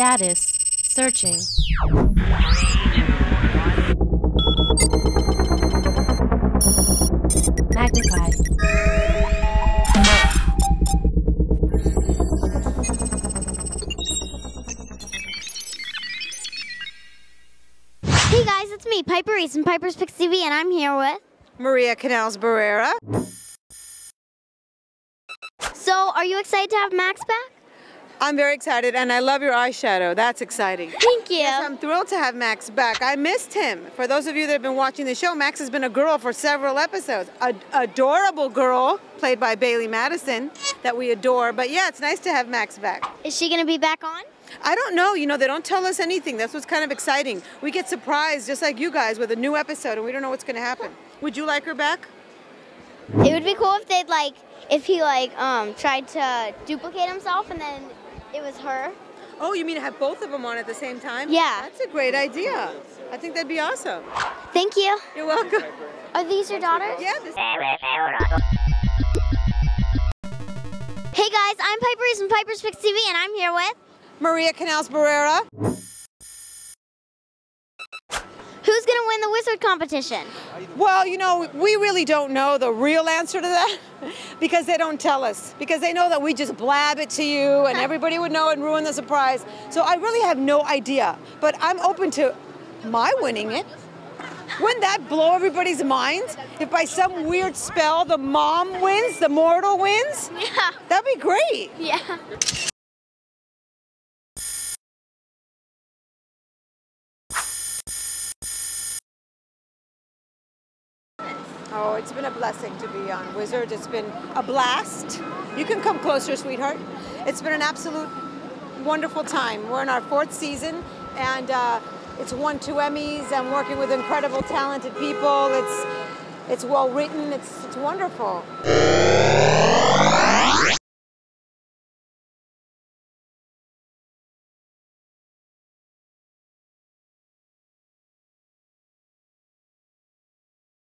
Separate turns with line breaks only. Status searching. Magnified.
Hey guys, it's me, Piper Reese from Piper's Pix TV, and I'm here with.
Maria Canals Barrera.
So, are you excited to have Max back?
I'm very excited and I love your eyeshadow. That's exciting.
Thank you.
I'm thrilled to have Max back. I missed him. For those of you that have been watching the show, Max has been a girl for several episodes. A adorable girl, played by Bailey Madison, that we adore. But yeah, it's nice to have Max back.
Is she gonna be back on?
I don't know. You know, they don't tell us anything. That's what's kind of exciting. We get surprised, just like you guys, with a new episode, and we don't know what's going to happen. Would you like her back?
It would be cool if they'd like, if he like um tried to duplicate himself and then it was her.
Oh, you mean have both of them on at the same time?
Yeah.
That's a great idea. I think that'd be awesome.
Thank you.
You're welcome.
Are these your daughters?
Yeah, this-
Hey guys, I'm Piper Reese from Piper's Pix TV, and I'm here with.
Maria Canals Barrera.
Who's gonna win the wizard competition?
Well, you know, we really don't know the real answer to that because they don't tell us. Because they know that we just blab it to you and everybody would know and ruin the surprise. So I really have no idea. But I'm open to my winning it. Wouldn't that blow everybody's minds? If by some weird spell the mom wins, the mortal wins?
Yeah.
That'd be great.
Yeah.
Oh, it's been a blessing to be on Wizard. It's been a blast. You can come closer, sweetheart. It's been an absolute wonderful time. We're in our fourth season, and uh, it's won two Emmys. I'm working with incredible, talented people. It's it's well written. It's it's wonderful.